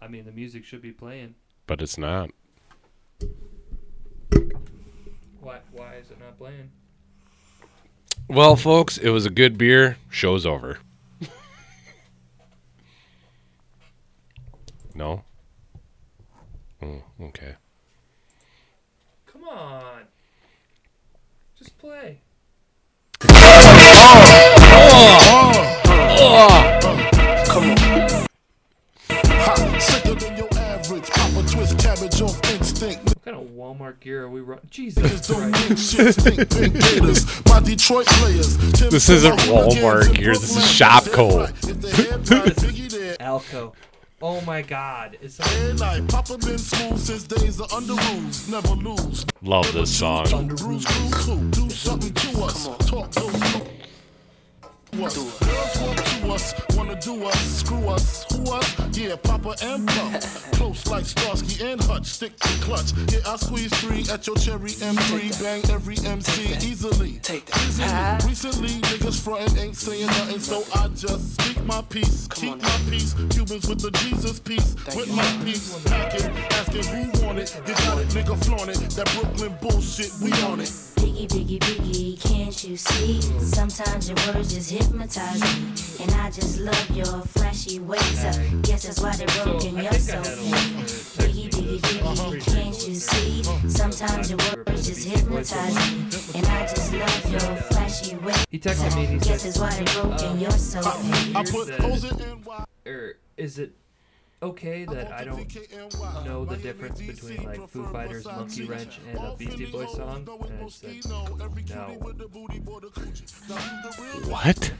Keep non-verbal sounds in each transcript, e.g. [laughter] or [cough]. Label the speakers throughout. Speaker 1: I mean, the music should be playing.
Speaker 2: but it's not.
Speaker 1: Why? Why is it not playing?
Speaker 2: Well, folks, it was a good beer. Show's over. [laughs] no? Oh, okay.
Speaker 1: Come on. Just play.
Speaker 3: Hot, sicker than your average. Pop a twist cabbage off instinct.
Speaker 1: What kind of Walmart gear are we running? Jesus
Speaker 3: Niggas don't
Speaker 1: Christ.
Speaker 3: mean shit. Think big gators. My Detroit players. Tim
Speaker 2: This isn't
Speaker 3: Tebow, Hooligans,
Speaker 2: Walmart
Speaker 3: and
Speaker 2: gear, this is
Speaker 3: Brooklyn.
Speaker 2: Shop
Speaker 3: That's
Speaker 2: Cole.
Speaker 3: right. If they had time, Biggie there.
Speaker 1: Alco. Oh my God. It's
Speaker 3: And I pop 'em in smooth since days of under rules. Never lose.
Speaker 2: Love this song.
Speaker 3: Under rules, cool, cool. Do something to us. Talk no no. Us. Girls want to us, wanna do us, screw us, who us? Yeah, Papa and Pump. [laughs] Close like Starsky and Hutch, stick to clutch. Yeah, I squeeze three at your cherry M3, bang every MC easily. Take that. Easily. Recently, niggas frontin' ain't saying nothing, so I just speak my peace, keep my peace. Cubans with the Jesus peace, with my peace. Packing, asking who want it. You got it, nigga, flaunt it. That Brooklyn bullshit, we on it.
Speaker 4: Biggie, biggie, biggie, can't you see? Sometimes your words just hypnotize me. And I just love your flashy ways. Uh, guess that's why they're
Speaker 1: So Oh, I
Speaker 4: broken,
Speaker 1: think I
Speaker 4: you're so
Speaker 1: had a
Speaker 4: mean.
Speaker 1: listener text me
Speaker 4: Biggie,
Speaker 1: this.
Speaker 4: biggie, biggie, can't you see? Sometimes your words just hypnotize me. And I just love your flashy ways.
Speaker 1: He texted me and he
Speaker 4: Guess
Speaker 1: said,
Speaker 4: that's why they're broken, you're so mean.
Speaker 3: I put
Speaker 1: Here's the-
Speaker 3: O's in NY.
Speaker 1: er, "Is it okay that I don't know the difference between like Foo Fighters' Monkey Wrench and a Beastie Boy song?" And I said, "No."
Speaker 2: What?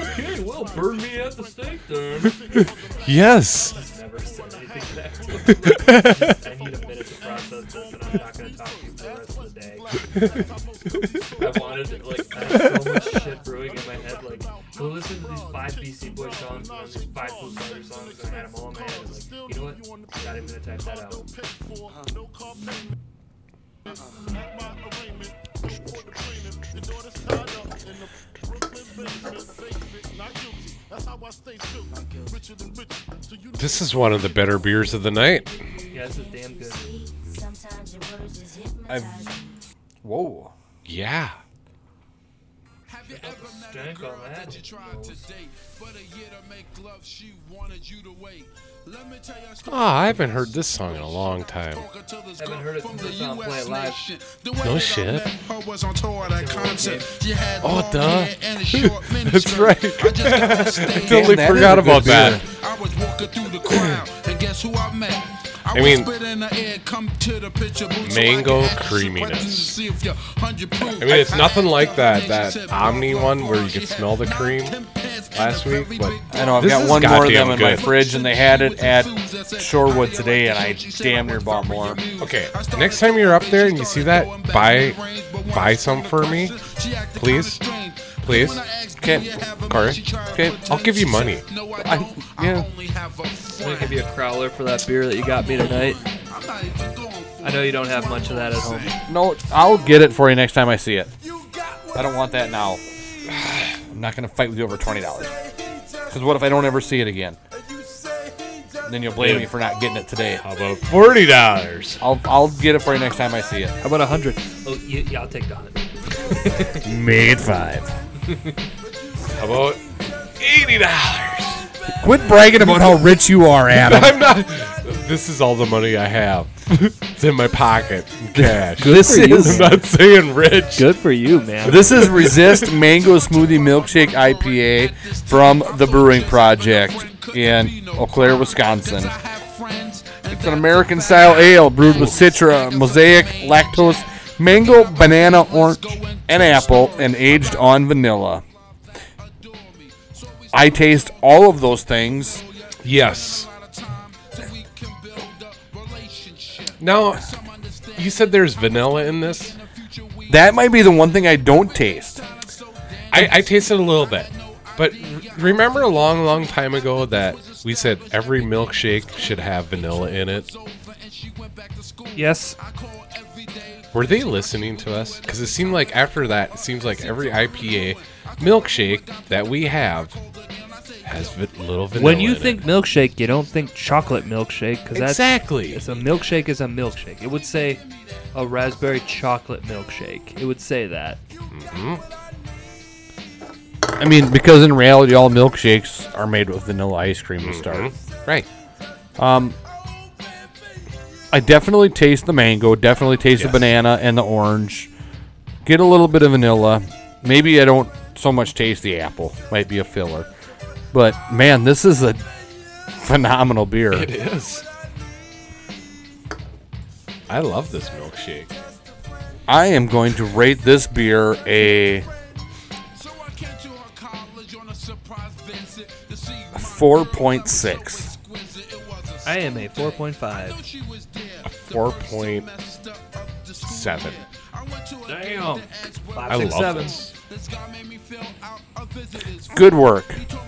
Speaker 1: Okay, well, burn me at the stake then.
Speaker 2: Yes.
Speaker 1: Never said anything [laughs] back to him. I just- I need a minute to process this, and I'm not gonna talk to you for the rest of [laughs] the day. I wanted to, like I had so much shit brewing in my head. Like go listen to these five BC Boy songs and then these five Foo Fighters songs and I had them all in my head. and, Like you know what? Not even gonna type that out.
Speaker 2: This is one of the better beers of the night.
Speaker 1: Yeah, this is damn good.
Speaker 4: Sometimes your words just hypnotize
Speaker 5: I've-
Speaker 4: me.
Speaker 5: Whoa.
Speaker 2: Yeah.
Speaker 6: Have you ever met a
Speaker 1: Stank on
Speaker 6: girl
Speaker 1: that.
Speaker 6: that you tried to date, but a year to make love, she wanted you to wait? Let me tell you a story.
Speaker 2: Ah, I haven't heard this song in a long time.
Speaker 1: Haven't heard it since I saw him play it live.
Speaker 2: No shit. Oh,
Speaker 6: Oh,
Speaker 2: duh. [laughs] That's
Speaker 6: That's
Speaker 2: right. [laughs]
Speaker 6: I
Speaker 2: Totally
Speaker 5: that is
Speaker 2: forgot
Speaker 5: a good
Speaker 2: about that.
Speaker 6: I was walking through the crowd, and guess who I met? I,
Speaker 2: I mean,
Speaker 6: whispered in the air, come to the picture booth so I
Speaker 2: mango
Speaker 6: can ask you
Speaker 2: creaminess.
Speaker 6: questions to see if you're 100 proof.
Speaker 2: I mean, it's nothing like that- that Omni one where you could smell the cream last week, but-
Speaker 5: I know I've
Speaker 2: This
Speaker 5: got
Speaker 2: is
Speaker 5: one more of them
Speaker 2: goddamn
Speaker 5: in my
Speaker 2: good.
Speaker 5: fridge, and they had it at Shorewood today, and I damn near bought more.
Speaker 2: Okay, next time you're up there and you see that, buy- buy some for me. Please. Please.
Speaker 5: Okay.
Speaker 2: Corey? Okay, I'll give you money.
Speaker 6: No, I
Speaker 5: I-
Speaker 6: don't. I
Speaker 5: yeah.
Speaker 6: only have a
Speaker 1: I'm gonna
Speaker 6: friend.
Speaker 1: give you a crowler for that beer that you got me tonight.
Speaker 6: I'm not even going for
Speaker 1: I know you don't have much of that at home.
Speaker 5: No, I'll get it for you next time I see it. I don't want that now. [sighs] I'm not gonna fight with you over twenty dollars. Because what if I don't ever see it again? Then you'll blame me for not getting it today.
Speaker 2: How about forty dollars?
Speaker 5: I'll I'll get it for you next time I see it.
Speaker 1: How about a hundred? Oh, yeah, yeah, I'll take the hundred.
Speaker 5: Made five.
Speaker 2: [laughs] How about eighty dollars?
Speaker 5: Quit bragging about how rich you are,
Speaker 1: [laughs]
Speaker 5: Adam.
Speaker 2: I'm not. This is all the money I have. it's in my pocket, in cash.
Speaker 5: this
Speaker 7: for you,
Speaker 2: [laughs] I'm
Speaker 5: is
Speaker 2: not saying rich.
Speaker 7: Good for you, man.
Speaker 5: this is Resist Mango Smoothie Milkshake IPA from the Brewing Project in Eau Claire, Wisconsin. It's an American style ale brewed with citra, mosaic, lactose, mango, banana, orange, and apple, and aged on vanilla. I taste all of those things.
Speaker 2: Yes. Now, you said there's vanilla in this.
Speaker 5: That might be the one thing I don't taste.
Speaker 2: I, I tasted a little bit, but r- remember a long, long time ago that we said every milkshake should have vanilla in it.
Speaker 1: Yes.
Speaker 2: Were they listening to us? Because it seemed like after that, it seems like every IPA milkshake that we have has vi- little vanilla.
Speaker 1: When you
Speaker 2: in it.
Speaker 1: think milkshake, you don't think chocolate milkshake because that's
Speaker 2: Exactly.
Speaker 1: [laughs] It's a milkshake is a milkshake. It would say a raspberry chocolate milkshake. It would say that.
Speaker 5: I mean, because in reality, all milkshakes are made with vanilla ice cream to start.
Speaker 2: right,
Speaker 5: I definitely taste the mango, definitely taste
Speaker 2: Yes.
Speaker 5: the banana and the orange. Get a little bit of vanilla. Maybe I don't so much taste the apple. Might be a filler. But man, this is a phenomenal beer.
Speaker 2: it is. I love this milkshake.
Speaker 5: I am going to rate this beer a
Speaker 6: So I came to her college on a surprise visit to see my
Speaker 5: 4.6.
Speaker 6: exquisite. It was a
Speaker 1: I am a 4.5.
Speaker 6: she was there.
Speaker 2: Four point seven.
Speaker 6: I went to a
Speaker 1: Damn.
Speaker 2: I
Speaker 8: Five,
Speaker 2: love
Speaker 8: six,
Speaker 1: seven.
Speaker 2: this.
Speaker 6: this guy made me feel out a visit is
Speaker 5: Good work.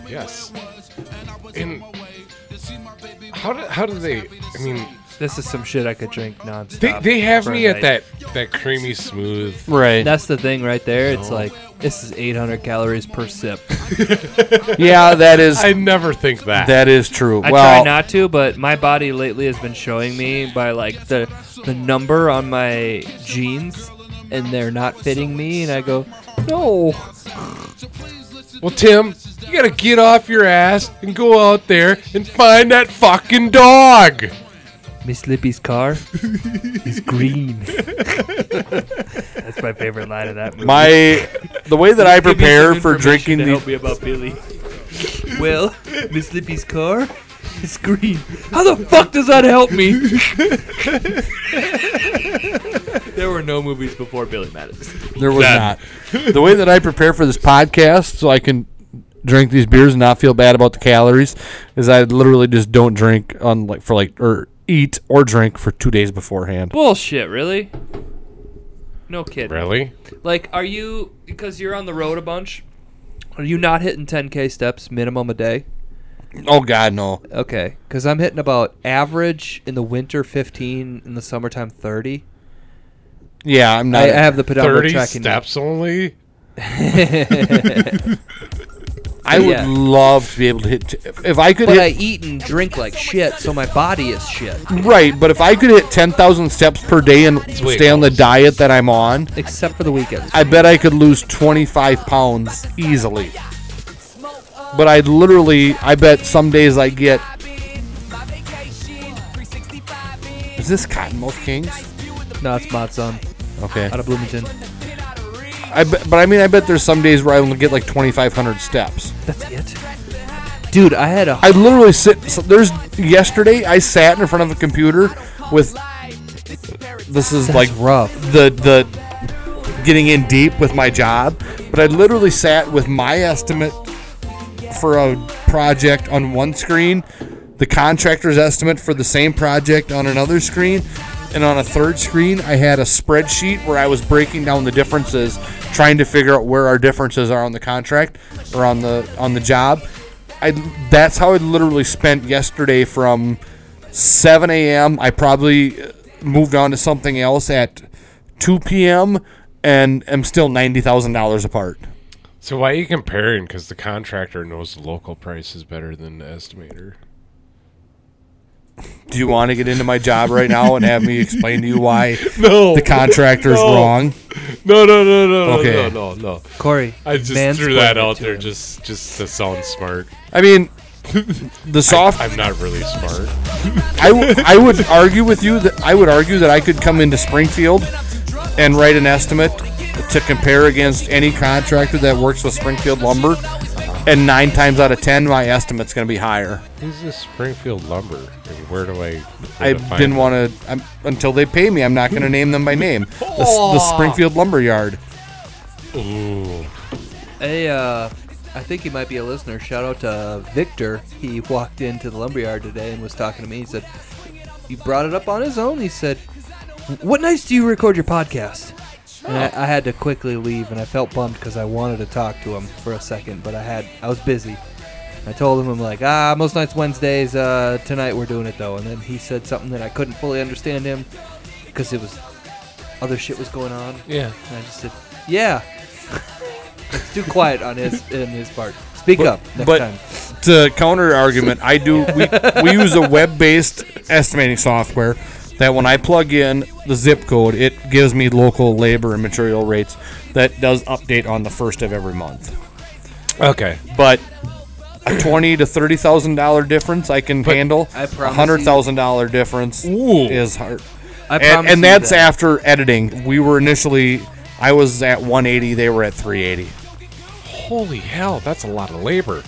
Speaker 2: Yes.
Speaker 6: and I was on
Speaker 2: And
Speaker 6: my way to see my baby
Speaker 2: how do how do they? I mean,
Speaker 1: This is some shit I could drink nonstop.
Speaker 2: they, they have
Speaker 1: for a
Speaker 2: me at
Speaker 1: night.
Speaker 2: that that creamy smooth.
Speaker 5: Right.
Speaker 1: That's the thing right there. It's like this is 800 calories per sip.
Speaker 5: yeah, that is
Speaker 2: I never think that.
Speaker 5: that is true.
Speaker 1: I
Speaker 5: well,
Speaker 1: try not to, but my body lately has been showing me by like the the number on my jeans, and they're not fitting me, and I go, no.
Speaker 2: Well, Tim, you gotta get off your ass and go out there and find that fucking dog.
Speaker 1: Miss Lippy's [laughs] car is green. That's my favorite line of that movie.
Speaker 5: my the way that I prepare for drinking
Speaker 1: to
Speaker 5: the
Speaker 1: help me about Billy. well, Miss Lippy's car is green. How the fuck does that help me? [laughs] there were no movies before Billy Madison.
Speaker 5: There was
Speaker 2: That-
Speaker 5: not. The way that I prepare for this podcast so I can drink these beers and not feel bad about the calories is I literally just don't drink on like for like or eat or drink for two days beforehand.
Speaker 1: Bullshit, really? No kidding.
Speaker 2: Really?
Speaker 1: Like, are you because you're on the road a bunch? Are you not hitting 10k steps minimum a day?
Speaker 5: Oh god no.
Speaker 1: Okay, because I'm hitting about average in the winter 15, in the summertime 30.
Speaker 5: Yeah, I'm not
Speaker 1: I, I have the pedometer
Speaker 2: Thirty
Speaker 1: tracking. now.
Speaker 2: steps only.
Speaker 5: I would
Speaker 1: yeah.
Speaker 5: love to be able to hit t- if I
Speaker 1: [laughs]
Speaker 5: could
Speaker 1: but I
Speaker 5: hit
Speaker 1: eat and drink like shit, so my body is shit.
Speaker 5: right, but if I could hit 10,000 steps per day and
Speaker 2: way
Speaker 5: stay on the diet that I'm on,
Speaker 1: Except for the weekends.
Speaker 5: I bet I could lose 25 pounds easily. But I literally, I bet some days I get. Is this Cottonmouth Kings?
Speaker 1: No, it's Matsun
Speaker 5: Okay.
Speaker 1: out of Bloomington.
Speaker 5: I bet, but I mean, I bet there's some days where I only get like 2,500 steps.
Speaker 1: That's it. Dude, I had a
Speaker 5: I literally sit. So there's yesterday I sat in front of a computer with. This is like
Speaker 1: like rough.
Speaker 5: the the getting in deep with my job, but I literally sat with my estimate for a project on one screen, the contractor's estimate for the same project on another screen, and on a third screen I had a spreadsheet where I was breaking down the differences, trying to figure out where our differences are on the contract or on the on the job. I that's how I literally spent yesterday from 7 a.m. I probably uh, moved on to something else at 2 p.m. and am still ninety thousand dollars apart.
Speaker 2: So why are you comparing? Because the contractor knows the local prices better than the estimator.
Speaker 5: Do you want to get into my job right now and have me explain to you why
Speaker 2: No,
Speaker 5: the contractor's
Speaker 2: No.
Speaker 5: wrong?
Speaker 2: No, no, no, no,
Speaker 5: Okay.
Speaker 2: no, no, no.
Speaker 1: Corey,
Speaker 2: I just threw
Speaker 1: mansplained
Speaker 2: that
Speaker 1: it
Speaker 2: out
Speaker 1: to
Speaker 2: there
Speaker 1: him.
Speaker 2: just just to sound smart.
Speaker 5: I mean, the soft. I,
Speaker 2: I'm not really smart.
Speaker 5: w- I would argue with you that I would argue that I could come into Springfield and write an estimate to compare against any contractor that works with Springfield Lumber, and nine times out of ten, my estimate's going to be higher.
Speaker 2: Who's this Springfield Lumber? And where do I?
Speaker 5: I didn't want to until they pay me. I'm not going to name them by name. The, s- the Springfield Lumber Yard.
Speaker 2: to. Ooh,
Speaker 1: Hey, uh, I think he might be a listener. Shout out to Victor. He walked into the lumberyard today and was talking to me. He said he brought it up on his own. He said, "What nights do you record your podcast?" And I, I had to quickly leave, and I felt bummed because I wanted to talk to him for a second, but I had I was busy. I told him I'm like, ah, most nights Wednesdays. Uh, tonight we're doing it though. And then he said something that I couldn't fully understand him because it was other shit was going on.
Speaker 2: yeah.
Speaker 1: And I just said, [laughs] "Yeah." it's too quiet on his in his part. Speak up next
Speaker 5: but
Speaker 1: time.
Speaker 5: to counter argument, I do. We, we use a web based estimating software that when I plug in the zip code, it gives me local labor and material rates that does update on the first of every month.
Speaker 2: Okay.
Speaker 5: But a twenty to thirty thousand dollar difference I can handle.
Speaker 1: I
Speaker 5: A
Speaker 1: promise
Speaker 5: hundred
Speaker 1: you-
Speaker 5: thousand dollar difference
Speaker 2: Ooh.
Speaker 5: is hard.
Speaker 1: I
Speaker 5: And,
Speaker 1: promise
Speaker 5: and
Speaker 1: you
Speaker 5: that's
Speaker 1: that.
Speaker 5: after editing. We were initially, I was at 180. They were at 380.
Speaker 2: Holy hell, that's a lot of labor.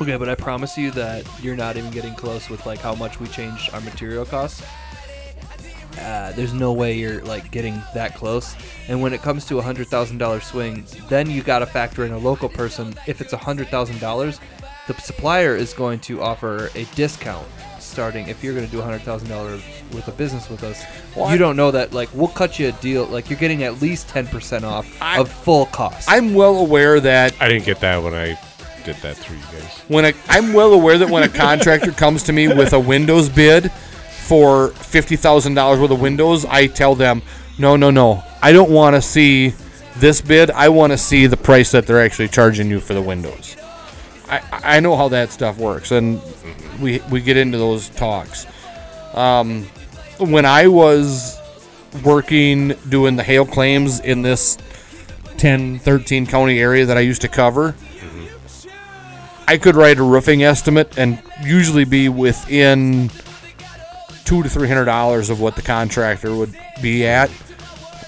Speaker 1: okay. But I promise you that you're not even getting close with like how much we changed our material costs. Uh, there's no way you're like getting that close. And when it comes to a hundred thousand dollar swing, then you got to factor in a local person. If it's a hundred thousand dollars, the supplier is going to offer a discount starting. If you're going to do a hundred thousand dollars worth of business with us, you don't know that. Like we'll cut you a deal. Like you're getting at least ten percent off
Speaker 5: I-
Speaker 1: of full cost.
Speaker 5: I'm well aware that
Speaker 2: I didn't get that when I did that through you guys.
Speaker 5: when a, I'm well aware that when a contractor comes to me with a windows bid for fifty thousand dollars worth of windows, I tell them, no, no, no, I don't want to see this bid. I want to see the price that they're actually charging you for the windows. I, I know how that stuff works, and we we get into those talks. Um, when I was working doing the hail claims in this 10 13 county area that I used to cover, I could write a roofing estimate and usually be within two to three hundred dollars of what the contractor would be at.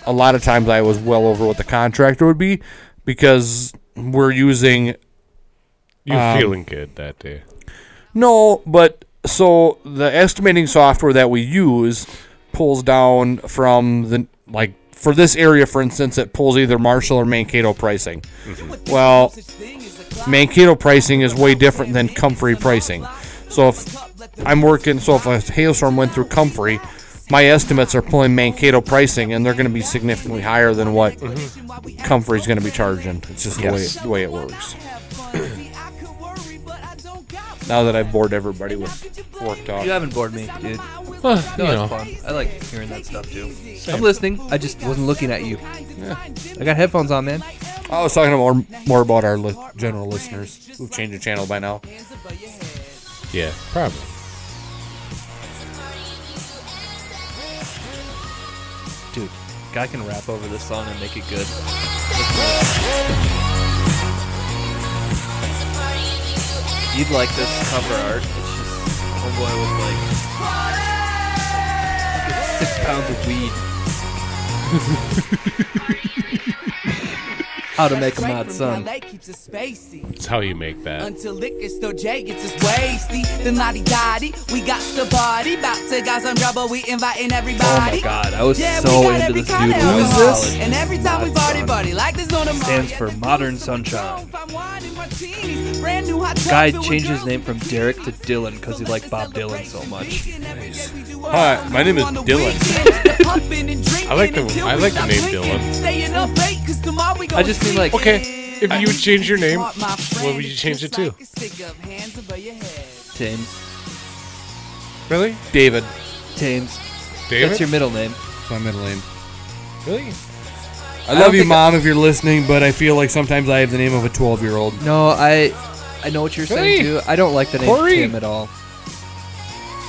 Speaker 5: A lot of times I was well over what the contractor would be because we're using
Speaker 2: You
Speaker 1: Um,
Speaker 2: feeling good that day?
Speaker 5: no, but so the estimating software that we use pulls down from the like for this area, for instance, it pulls either Marshall or Mankato pricing. Well, Mankato pricing is way different than Comfrey pricing. So if I'm working, so if a hailstorm went through Comfrey, my estimates are pulling Mankato pricing, and they're going to be significantly higher than what Comfrey's going to be charging. It's just
Speaker 2: Yes.
Speaker 5: the, way, the way it works. Now that I've bored everybody with work talk.
Speaker 1: you haven't bored me, dude.
Speaker 2: Well,
Speaker 1: No,
Speaker 2: you
Speaker 1: it's
Speaker 2: know,
Speaker 1: fun. I like hearing that stuff too. I'm listening. I just wasn't looking at you. I got headphones on, man.
Speaker 5: I was talking more more about our li- general listeners who've changed the channel by now.
Speaker 2: yeah, probably.
Speaker 1: Dude, guy can rap over this song and make it good. You'd like this cover art. It's just homeboy with like fucking six pounds of [laughs] weed. How to make a mod son.
Speaker 2: It's how you make that.
Speaker 9: Until it gets to Jay gets his wasty. The naughty dotty, we got the body. About to got some rubber, we inviting
Speaker 1: Oh my
Speaker 9: everybody.
Speaker 1: god, I was
Speaker 9: Yeah, we
Speaker 1: so
Speaker 9: got
Speaker 1: into
Speaker 9: every
Speaker 1: this dude.
Speaker 9: kind of
Speaker 1: when I was in
Speaker 9: alcohol.
Speaker 1: college.
Speaker 9: And every time we
Speaker 1: Mod
Speaker 9: party,
Speaker 1: Sun.
Speaker 9: party like this on the
Speaker 1: Stands for Modern Sunshine. Guy
Speaker 9: Guy
Speaker 1: changed his name from Derek to Dylan 'cause he liked Bob Dylan so much.
Speaker 5: Hi, my name is
Speaker 9: Dylan.
Speaker 2: I like the- I like the name Dylan.
Speaker 9: Dylan.
Speaker 1: I just mean, like-
Speaker 2: Okay, if you would change your name, what would you change it to?
Speaker 1: Tames.
Speaker 2: Really,
Speaker 5: David.
Speaker 1: Tames.
Speaker 2: David?
Speaker 1: That's your middle name.
Speaker 5: That's my middle name.
Speaker 2: really?
Speaker 5: I love you,
Speaker 1: think I-
Speaker 5: mom, if you're listening, but I feel like sometimes I have the name of a 12 year old.
Speaker 1: No, I I know what you're saying
Speaker 2: Hey,
Speaker 1: too. I don't like the name
Speaker 5: Corey.
Speaker 1: Tim at all.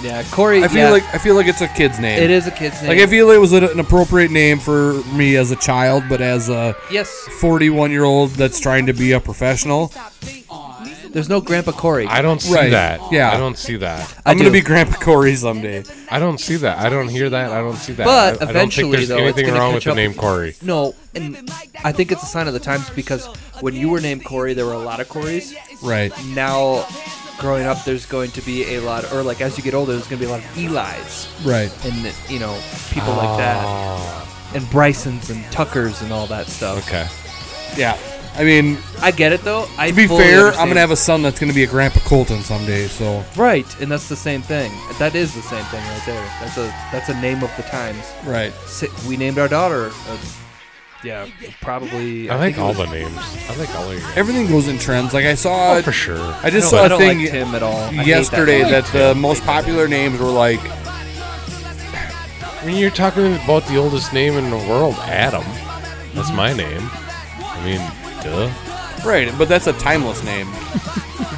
Speaker 1: Yeah, Corey.
Speaker 5: I feel
Speaker 1: yeah,
Speaker 5: like I feel like it's a kid's name.
Speaker 1: it is a kid's name.
Speaker 5: Like I feel it was an an appropriate name for me as a child, but as a
Speaker 1: yes,
Speaker 5: 41 year old that's trying to be a professional,
Speaker 1: there's no Grandpa Corey.
Speaker 2: I don't see
Speaker 5: Right,
Speaker 2: that.
Speaker 5: yeah.
Speaker 2: I don't see that.
Speaker 1: I
Speaker 5: I'm gonna
Speaker 1: do.
Speaker 5: be Grandpa Corey someday.
Speaker 2: I don't see that. I don't hear that. I don't see that.
Speaker 1: But
Speaker 2: I, I don't think
Speaker 1: eventually,
Speaker 2: there's
Speaker 1: though, it's
Speaker 2: anything
Speaker 1: gonna
Speaker 2: wrong
Speaker 1: catch up
Speaker 2: with the name
Speaker 1: with you.
Speaker 2: Corey.
Speaker 1: No, and I think it's a sign of the times because when you were named Corey, there were a lot of Corys.
Speaker 5: Right.
Speaker 1: Now, growing up, there's going to be a lot, or like as you get older, there's going to be a lot of Eli's.
Speaker 5: Right.
Speaker 1: and you know people like
Speaker 5: Oh.
Speaker 1: that and Brysons and Tuckers and all that stuff.
Speaker 2: Oh, Okay.
Speaker 5: Yeah. I mean,
Speaker 1: I get it though. I
Speaker 5: to be fair, I'm gonna have a son that's gonna be a Grandpa Colton someday. So
Speaker 1: right, and that's the same thing. That is the same thing right there. That's a that's a name of the times.
Speaker 5: right.
Speaker 1: Si- We named our daughter. uh, yeah, probably.
Speaker 2: I like
Speaker 1: think it
Speaker 2: all
Speaker 1: was-
Speaker 2: the names. I like all of your names.
Speaker 5: Everything goes in trends. Like I saw,
Speaker 2: Oh, for sure.
Speaker 1: I
Speaker 5: I just
Speaker 1: don't-
Speaker 5: saw
Speaker 1: I
Speaker 5: a
Speaker 1: don't
Speaker 5: thing
Speaker 1: like Tim at all. I hate that
Speaker 5: yesterday
Speaker 1: guy.
Speaker 5: that, the most popular names were like
Speaker 2: When you're talking about the oldest name in the world, Adam, that's my name. I mean, duh.
Speaker 5: Right, but that's a
Speaker 1: [laughs]
Speaker 5: timeless name.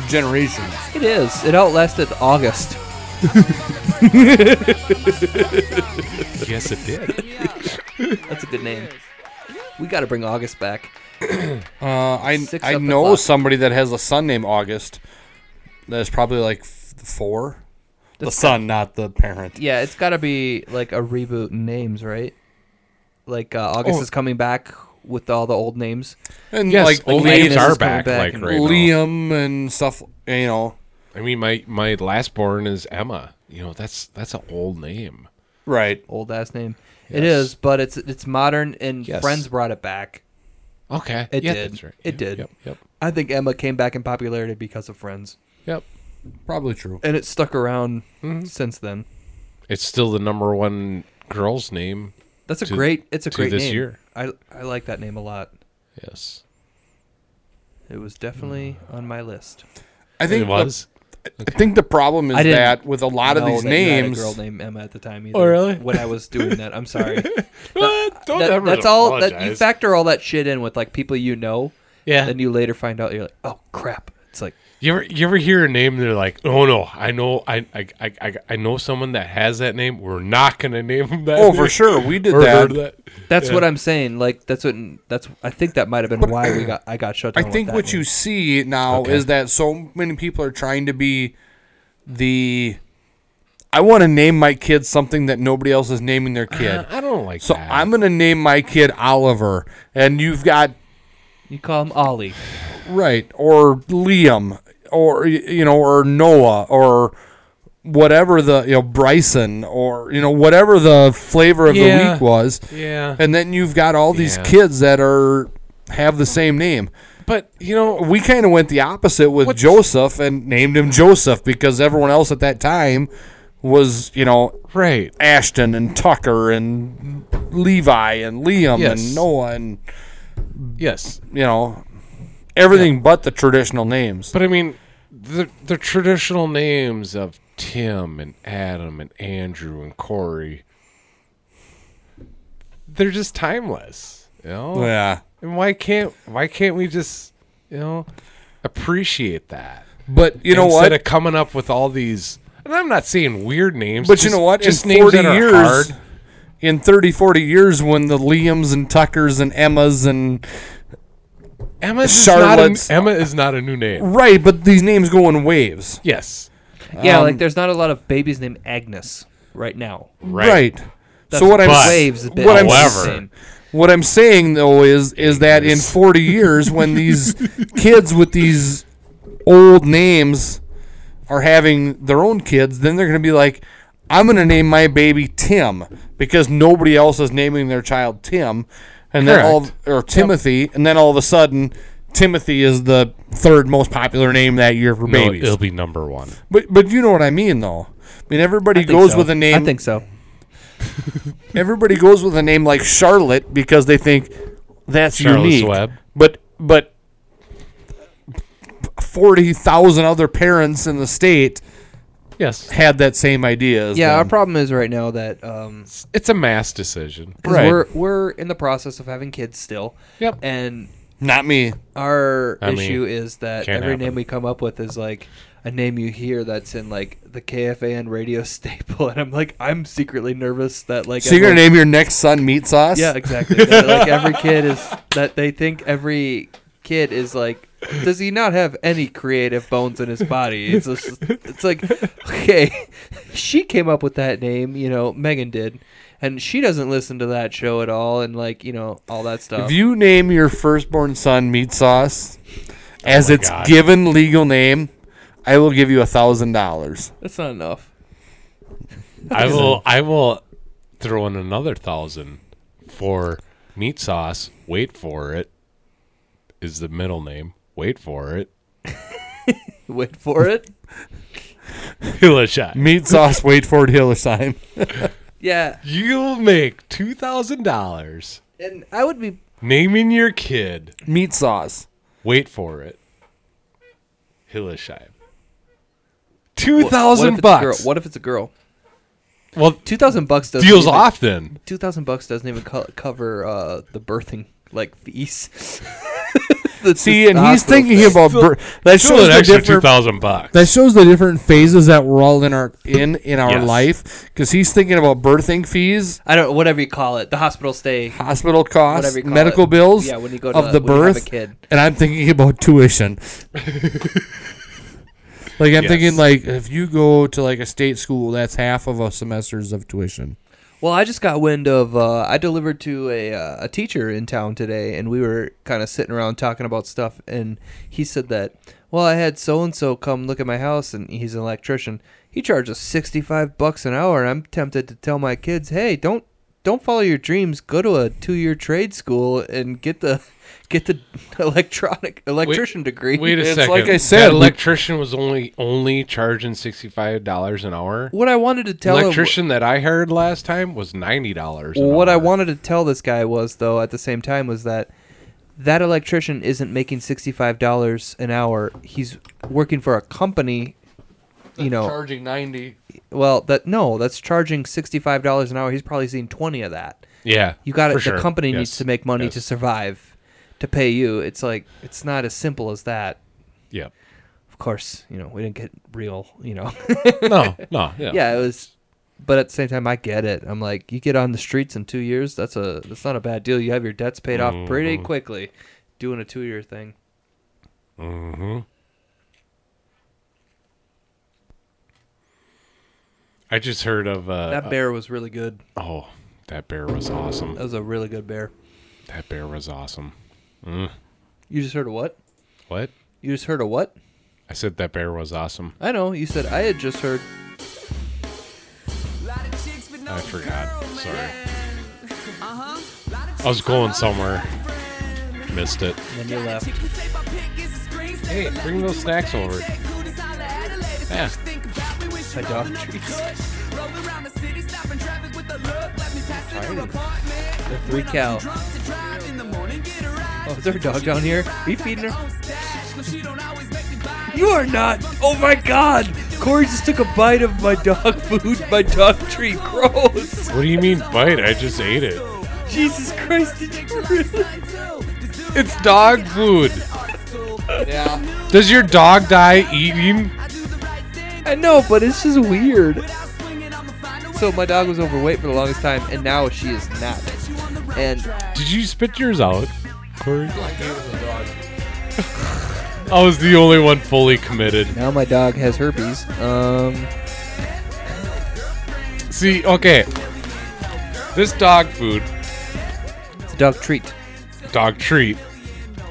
Speaker 5: Generations.
Speaker 1: It is. It outlasted August. [laughs]
Speaker 2: Yes, it did.
Speaker 1: That's a good name. We got to bring August back.
Speaker 5: Uh, I
Speaker 1: Six
Speaker 5: I
Speaker 1: up the
Speaker 5: know
Speaker 1: clock.
Speaker 5: somebody that has a son named August. That is probably like f- four. The son, not the parent.
Speaker 1: Yeah, it's got to be like a reboot in names, right? Like uh, August
Speaker 2: Oh.
Speaker 1: is coming back with all the old names.
Speaker 2: [laughs]
Speaker 5: And
Speaker 2: Yes,
Speaker 5: like
Speaker 2: like old
Speaker 1: Liam
Speaker 2: names
Speaker 1: is
Speaker 2: are
Speaker 1: coming
Speaker 2: back.
Speaker 1: back
Speaker 2: Like
Speaker 1: and-
Speaker 2: right now.
Speaker 5: Liam and stuff. You know,
Speaker 2: I mean, my my last born is Emma. You know, that's that's an old name.
Speaker 5: right?
Speaker 1: Old ass name. It is, but it's it's modern and
Speaker 2: Yes.
Speaker 1: Friends brought it back.
Speaker 2: Okay,
Speaker 1: It
Speaker 2: yeah,
Speaker 1: did.
Speaker 2: That's right.
Speaker 1: It
Speaker 2: Yep,
Speaker 1: did.
Speaker 2: Yep, yep,
Speaker 1: I think Emma came back in popularity because of Friends,
Speaker 2: yep.
Speaker 5: Probably true.
Speaker 1: and it stuck around
Speaker 2: Mm-hmm.
Speaker 1: since then.
Speaker 2: It's still the number one girl's name.
Speaker 1: That's a
Speaker 2: To-
Speaker 1: great. It's a
Speaker 2: to
Speaker 1: great
Speaker 2: this
Speaker 1: name.
Speaker 2: year.
Speaker 1: I I like that name a lot.
Speaker 2: Yes,
Speaker 1: It was definitely
Speaker 2: Mm.
Speaker 1: on my list.
Speaker 5: I think
Speaker 2: it was.
Speaker 5: I think the problem
Speaker 1: I
Speaker 5: is
Speaker 1: didn't
Speaker 5: that with a lot of
Speaker 1: know
Speaker 5: these
Speaker 1: that you had a
Speaker 5: names,
Speaker 1: girl named Emma at the time. Either,
Speaker 2: Oh, really?
Speaker 1: When I was doing that, I'm sorry.
Speaker 5: [laughs]
Speaker 2: What? [laughs] Don't
Speaker 1: That-
Speaker 2: ever
Speaker 1: that's all. That you
Speaker 2: apologize.
Speaker 1: factor all that shit in with like people you know.
Speaker 2: Yeah.
Speaker 1: Then you later find out you're like, oh crap. It's like
Speaker 2: You ever you ever hear a name? and They're like, oh no, I know, I I, I, I I know someone that has that name. We're not gonna name him that.
Speaker 5: oh for sure, we did
Speaker 2: [laughs] Or
Speaker 5: that.
Speaker 2: heard that.
Speaker 1: that's what I'm saying. Like that's what that's. I think that might have been why we got I got shut
Speaker 5: I
Speaker 1: down. with
Speaker 5: think
Speaker 1: that
Speaker 5: what
Speaker 1: one.
Speaker 5: you see now
Speaker 2: Okay.
Speaker 5: is that so many people are trying to be the. I want to name my kid something that nobody else is naming their kid.
Speaker 2: I don't like
Speaker 5: So
Speaker 2: that.
Speaker 5: I'm gonna name my kid Oliver, and you've got
Speaker 1: you call him Ollie.
Speaker 5: right or Liam or y- you know or Noah or whatever the you know Bryson or you know whatever the flavor of the
Speaker 2: Yeah.
Speaker 5: week was,
Speaker 2: yeah,
Speaker 5: and then you've got all these
Speaker 2: Yeah.
Speaker 5: kids that are have the same name.
Speaker 2: but you know,
Speaker 5: We kind of went the opposite with
Speaker 2: What's-
Speaker 5: Joseph and named him Joseph because everyone else at that time was you know
Speaker 2: right?
Speaker 5: Ashton and Tucker and Levi and Liam
Speaker 2: Yes.
Speaker 5: and Noah and
Speaker 2: Yes,
Speaker 5: you know everything but the traditional names.
Speaker 2: but I mean, the the traditional names of Tim and Adam and Andrew and Corey, they're just timeless. You know,
Speaker 5: yeah.
Speaker 2: and why can't why can't we just you know appreciate that?
Speaker 5: But you know
Speaker 2: instead
Speaker 5: what?
Speaker 2: of coming up with all these. And I'm not saying weird names,
Speaker 5: but you
Speaker 2: just-
Speaker 5: know what?
Speaker 2: Just
Speaker 5: in
Speaker 2: names
Speaker 5: 40
Speaker 2: that are
Speaker 5: years,
Speaker 2: hard.
Speaker 5: in 30, 40 years, when the Liams and Tuckers and Emmas and
Speaker 2: Emma is
Speaker 5: Charlotte's-
Speaker 2: not a, Emma is not a new name.
Speaker 5: right, but these names go in waves,
Speaker 2: Yes,
Speaker 1: Yeah,
Speaker 5: Um,
Speaker 1: like there's not a lot of babies named Agnes right now.
Speaker 5: right?
Speaker 1: That's
Speaker 5: so what I'm
Speaker 2: but-
Speaker 1: waves a bit
Speaker 5: what I'm
Speaker 2: however-
Speaker 1: insane.
Speaker 5: what I'm saying though is is that in 40 years, when these kids with these old names are having their own kids, then they're going to be like. I'm gonna name my baby Tim because nobody else is naming their child Tim, and then all
Speaker 2: Correct.
Speaker 5: or Timothy, and then all of a sudden, Timothy is the third most popular name that year for
Speaker 2: No,
Speaker 5: babies.
Speaker 2: it'll be number one.
Speaker 5: But but you know what I mean though. I mean everybody
Speaker 1: I think
Speaker 5: goes
Speaker 1: so.
Speaker 5: with a name.
Speaker 1: I think so.
Speaker 5: everybody goes with a name like Charlotte because they think that's
Speaker 2: Charlotte's
Speaker 5: unique.
Speaker 2: Web.
Speaker 5: But but forty thousand other parents in the state
Speaker 2: Yes,
Speaker 5: had that same idea. As
Speaker 1: Yeah, our
Speaker 5: them.
Speaker 1: problem is right now that um,
Speaker 2: it's a mass decision.
Speaker 1: 'cause
Speaker 5: Right.
Speaker 1: we're we're in the process of having kids still.
Speaker 2: Yep.
Speaker 1: And
Speaker 5: not me.
Speaker 1: our
Speaker 2: I mean,
Speaker 1: issue is that
Speaker 2: can't
Speaker 1: every
Speaker 2: happen.
Speaker 1: name we come up with is like a name you hear that's in like the KFAN radio [laughs] staple, and I'm like, I'm secretly nervous that like
Speaker 5: So you're gonna
Speaker 1: everyone-
Speaker 5: name your next son meat sauce?
Speaker 1: Yeah, exactly. That, like every kid is that they think every kid is like does he not have any creative bones in his body? It's just, it's like okay, she came up with that name, you know, Megan did, and she doesn't listen to that show at all, and like you know all that stuff.
Speaker 5: If you name your firstborn son meat sauce as its
Speaker 2: God.
Speaker 5: given legal name, I will give you a thousand dollars.
Speaker 1: That's not enough.
Speaker 2: [laughs] I will. I will throw in another thousand for meat sauce. Wait for it. Is the middle name? Wait for it. [laughs]
Speaker 1: Wait for it.
Speaker 2: Hillashai.
Speaker 5: Meat sauce, wait for it, Hillersheim.
Speaker 1: Yeah,
Speaker 2: You'll make two thousand dollars
Speaker 1: and I would be
Speaker 2: naming your kid.
Speaker 5: Meat sauce.
Speaker 2: Wait for it. Hillishheim. Two thousand
Speaker 1: what if it's a
Speaker 2: bucks.
Speaker 1: girl? What if it's a girl?
Speaker 2: Well,
Speaker 1: Two thousand bucks doesn't
Speaker 2: deals
Speaker 1: even-
Speaker 2: off then.
Speaker 1: Two thousand bucks doesn't even co- cover uh, the birthing like fees.
Speaker 5: [laughs] See, and he's thinking about bur- that
Speaker 2: Still
Speaker 5: shows
Speaker 2: an
Speaker 5: the
Speaker 2: extra two
Speaker 5: different
Speaker 2: thousand bucks.
Speaker 5: that shows the different phases that we're all in our in in our
Speaker 2: Yes.
Speaker 5: life because he's thinking about birthing fees,
Speaker 1: I don't whatever you call it, the hospital stay.
Speaker 5: hospital costs,
Speaker 1: Whatever you call
Speaker 5: medical
Speaker 1: it.
Speaker 5: bills,
Speaker 1: Yeah, when you go to-
Speaker 5: of the
Speaker 1: when you have a
Speaker 5: birth,
Speaker 1: kid.
Speaker 5: and I'm thinking about tuition.
Speaker 2: [laughs]
Speaker 5: like I'm thinking
Speaker 2: Yes.
Speaker 5: like if you go to like a state school, that's half of a semester's of tuition.
Speaker 1: Well, I just got wind of uh, I delivered to a uh, a teacher in town today, and we were kind of sitting around talking about stuff, and he said that well, I had so and so come look at my house, and he's an electrician. He charges sixty five bucks an hour, and I'm tempted to tell my kids, hey, don't don't follow your dreams. Go to a two year trade school and get the get the [laughs] electronic electrician degree.
Speaker 2: Wait a
Speaker 5: It's
Speaker 2: second.
Speaker 5: like I
Speaker 2: that
Speaker 5: said, we-
Speaker 2: electrician was only only charging sixty five dollars an hour.
Speaker 1: what I wanted to tell him.
Speaker 2: electrician that I hired last time was ninety dollars.
Speaker 1: Well, what I wanted to tell this guy was, though, at the same time, was that that electrician isn't making sixty-five dollars an hour. He's working for a company. You know,
Speaker 5: charging ninety.
Speaker 1: well, that no, that's charging sixty-five dollars an hour. He's probably seen twenty of that.
Speaker 2: yeah,
Speaker 1: You got it.
Speaker 2: for
Speaker 1: The
Speaker 2: sure.
Speaker 1: company
Speaker 2: Yes,
Speaker 1: needs to make money
Speaker 2: yes,
Speaker 1: to survive, to pay you. It's like it's not as simple as that.
Speaker 2: Yeah,
Speaker 1: Of course, you know we didn't get real. You know,
Speaker 2: no,
Speaker 1: [laughs]
Speaker 2: no, yeah.
Speaker 1: yeah, it was. But at the same time, I get it. I'm like, you get on the streets in two years. That's a that's not a bad deal. You have your debts paid off pretty
Speaker 2: Mm-hmm.
Speaker 1: quickly, doing a two year thing.
Speaker 2: I just heard of uh,
Speaker 1: That bear was really good.
Speaker 2: oh, that bear was awesome.
Speaker 1: That was a really good bear.
Speaker 2: That bear was awesome.
Speaker 1: You just heard a what?
Speaker 2: What?
Speaker 1: You just heard a what?
Speaker 2: I said that bear was awesome.
Speaker 1: I know. You said I had just heard.
Speaker 2: I forgot. Sorry. I was going somewhere. Missed it.
Speaker 1: and Then you left.
Speaker 2: Hey, bring those snacks over. Yeah.
Speaker 1: My dog treats. The three cow. Oh, is there a dog down here? Are you feeding her? You are not. Oh my God! Corey just took a bite of my dog food. My dog [laughs] treat. Gross.
Speaker 2: What do you mean bite? I just ate it.
Speaker 1: Jesus Christ, did you really?
Speaker 2: It's dog food.
Speaker 5: Yeah,
Speaker 2: Does your dog die eating?
Speaker 1: I know, but it's just weird. So my dog was overweight for the longest time, and now she is not. And
Speaker 2: Did you spit yours out, Corey? [laughs] I was the only one fully committed.
Speaker 1: now my dog has herpes. Um,
Speaker 2: See, okay. This dog food,
Speaker 1: it's a dog treat.
Speaker 2: dog treat,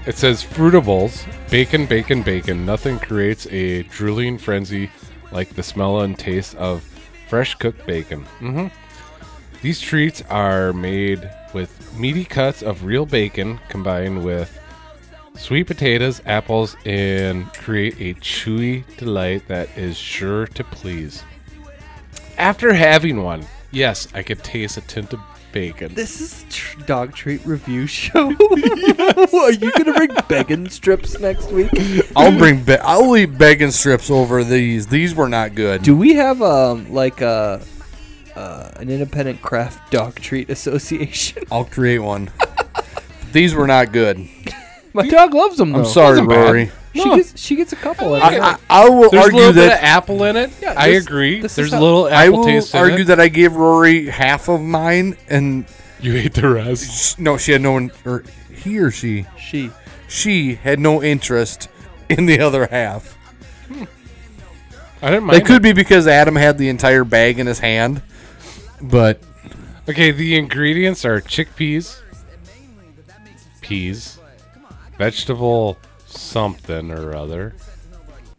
Speaker 2: it says fruitables, bacon, bacon, bacon. Nothing creates a drooling frenzy like the smell and taste of fresh cooked bacon. hmm These treats are made with meaty cuts of real bacon combined with sweet potatoes, apples, and create a chewy delight that is sure to please. After having one, yes, I could taste a tint of bacon.
Speaker 1: This is tr- dog treat review show. [laughs] Are you gonna bring bacon strips next week?
Speaker 5: I'll bring. Be- I'll eat bacon strips over these. These were not good.
Speaker 1: Do we have um like a uh, an independent craft dog treat association? [laughs]
Speaker 5: I'll create one. these were not good.
Speaker 1: my dog loves them. Though.
Speaker 5: I'm sorry,
Speaker 2: wasn't bad.
Speaker 5: Rory.
Speaker 1: She
Speaker 2: No.
Speaker 1: gets she gets a couple. every
Speaker 5: I,
Speaker 1: night.
Speaker 5: I, I will
Speaker 2: There's a
Speaker 5: argue
Speaker 2: little bit of
Speaker 5: that
Speaker 2: apple in it.
Speaker 1: Yeah,
Speaker 2: I
Speaker 1: this-
Speaker 2: agree.
Speaker 1: this is
Speaker 2: There's
Speaker 1: how-
Speaker 2: a little
Speaker 5: I
Speaker 2: apple
Speaker 5: will
Speaker 2: taste in
Speaker 5: argue
Speaker 2: it.
Speaker 5: that I gave Rory half of mine, and
Speaker 2: you ate the rest.
Speaker 5: sh- no, she had no one, or he or she,
Speaker 1: she
Speaker 5: she had no interest in the other half.
Speaker 2: [laughs] I didn't mind.
Speaker 5: That could be because Adam had the entire bag in his hand, but
Speaker 2: it. Okay, the ingredients are chickpeas, peas, vegetable something or other,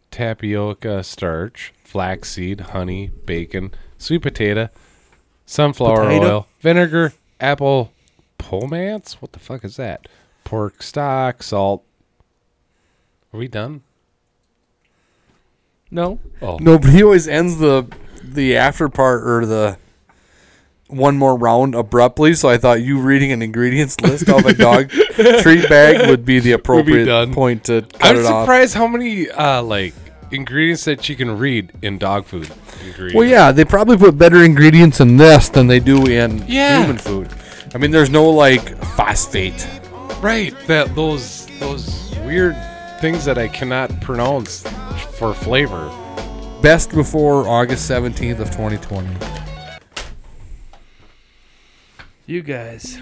Speaker 2: tapioca starch, flaxseed, honey, bacon, sweet potato, sunflower
Speaker 1: Potato?
Speaker 2: oil, vinegar, apple pomance. What the fuck is that? Pork stock, salt. Are we done?
Speaker 1: no.
Speaker 2: Oh,
Speaker 5: no, but [laughs] he always ends the the after part or the one more round abruptly. So I thought you reading an ingredients list off
Speaker 2: [laughs]
Speaker 5: a dog treat bag would be the appropriate
Speaker 2: done.
Speaker 5: point to
Speaker 2: I'm
Speaker 5: cut it off.
Speaker 2: surprised how many uh, like ingredients that you can read in dog food. Ingredients.
Speaker 5: Well, yeah, they probably put better ingredients in this than they do in
Speaker 2: Yeah.
Speaker 5: human food. I mean, there's no like phosphate.
Speaker 2: Right, that those those weird things that I cannot pronounce for flavor.
Speaker 5: Best before August 17th of 2020.
Speaker 1: You guys,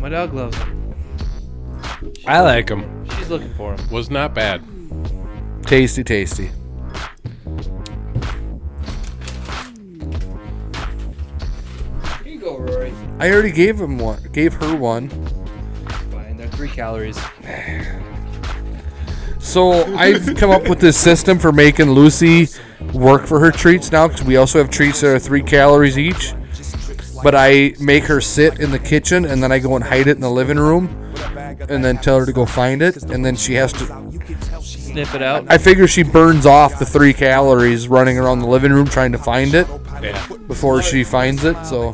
Speaker 1: my dog loves. Him.
Speaker 2: I like them.
Speaker 1: She's looking for him.
Speaker 2: Was not bad.
Speaker 5: Tasty, tasty.
Speaker 1: Here you go, Rory.
Speaker 5: I already gave him one. Gave her one.
Speaker 1: Fine, they're three calories.
Speaker 5: So I've come up with this system for making Lucy work for her treats now because we also have treats that are three calories each. But I make her sit in the kitchen and then I go and hide it in the living room and then tell her to go find it and then she has to
Speaker 1: Sniff it out.
Speaker 5: I figure she burns off the three calories running around the living room trying to find it before she finds it. So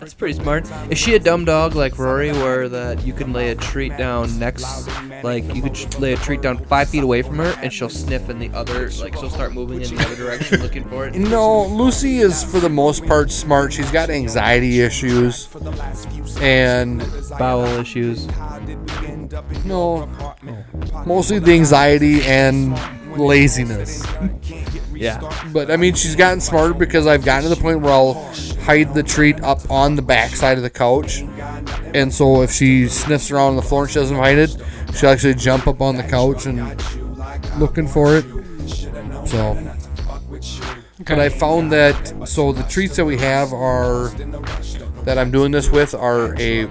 Speaker 1: That's pretty smart. Is she a dumb dog like Rory, where that you can lay a treat down next, like you could sh- lay a treat down five feet away from her, and she'll sniff in the other, like she'll start moving in the other direction looking for it.
Speaker 5: no, Lucy is for the most part smart. She's got anxiety issues, and
Speaker 1: [laughs] Bowel issues.
Speaker 5: no, mostly the anxiety and laziness.
Speaker 1: Yeah.
Speaker 5: But I mean, she's gotten smarter because I've gotten to the point where I'll hide the treat up on the backside of the couch, and so if she sniffs around on the floor and she doesn't find it, she'll actually jump up on the couch and looking for it. So, but I found that so the treats that we have are that I'm doing this with are a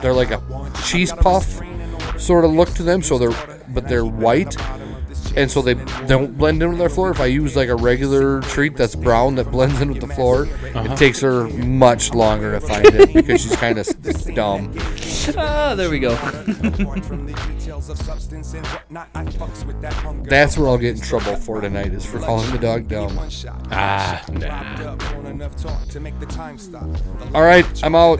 Speaker 5: they're like a cheese puff sort of look to them. So they're but they're white
Speaker 1: [laughs]
Speaker 5: and so they don't blend in with our floor. If I use like a regular treat that's brown that blends in with the floor, it takes her much longer to find it because she's kind of dumb.
Speaker 1: Ah, there we go.
Speaker 5: That's where I'll get in trouble for tonight is for calling the dog dumb.
Speaker 2: Um, Ah, nah.
Speaker 5: All right, I'm out.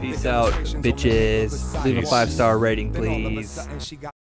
Speaker 1: Peace out, bitches. Leave a five star rating, please.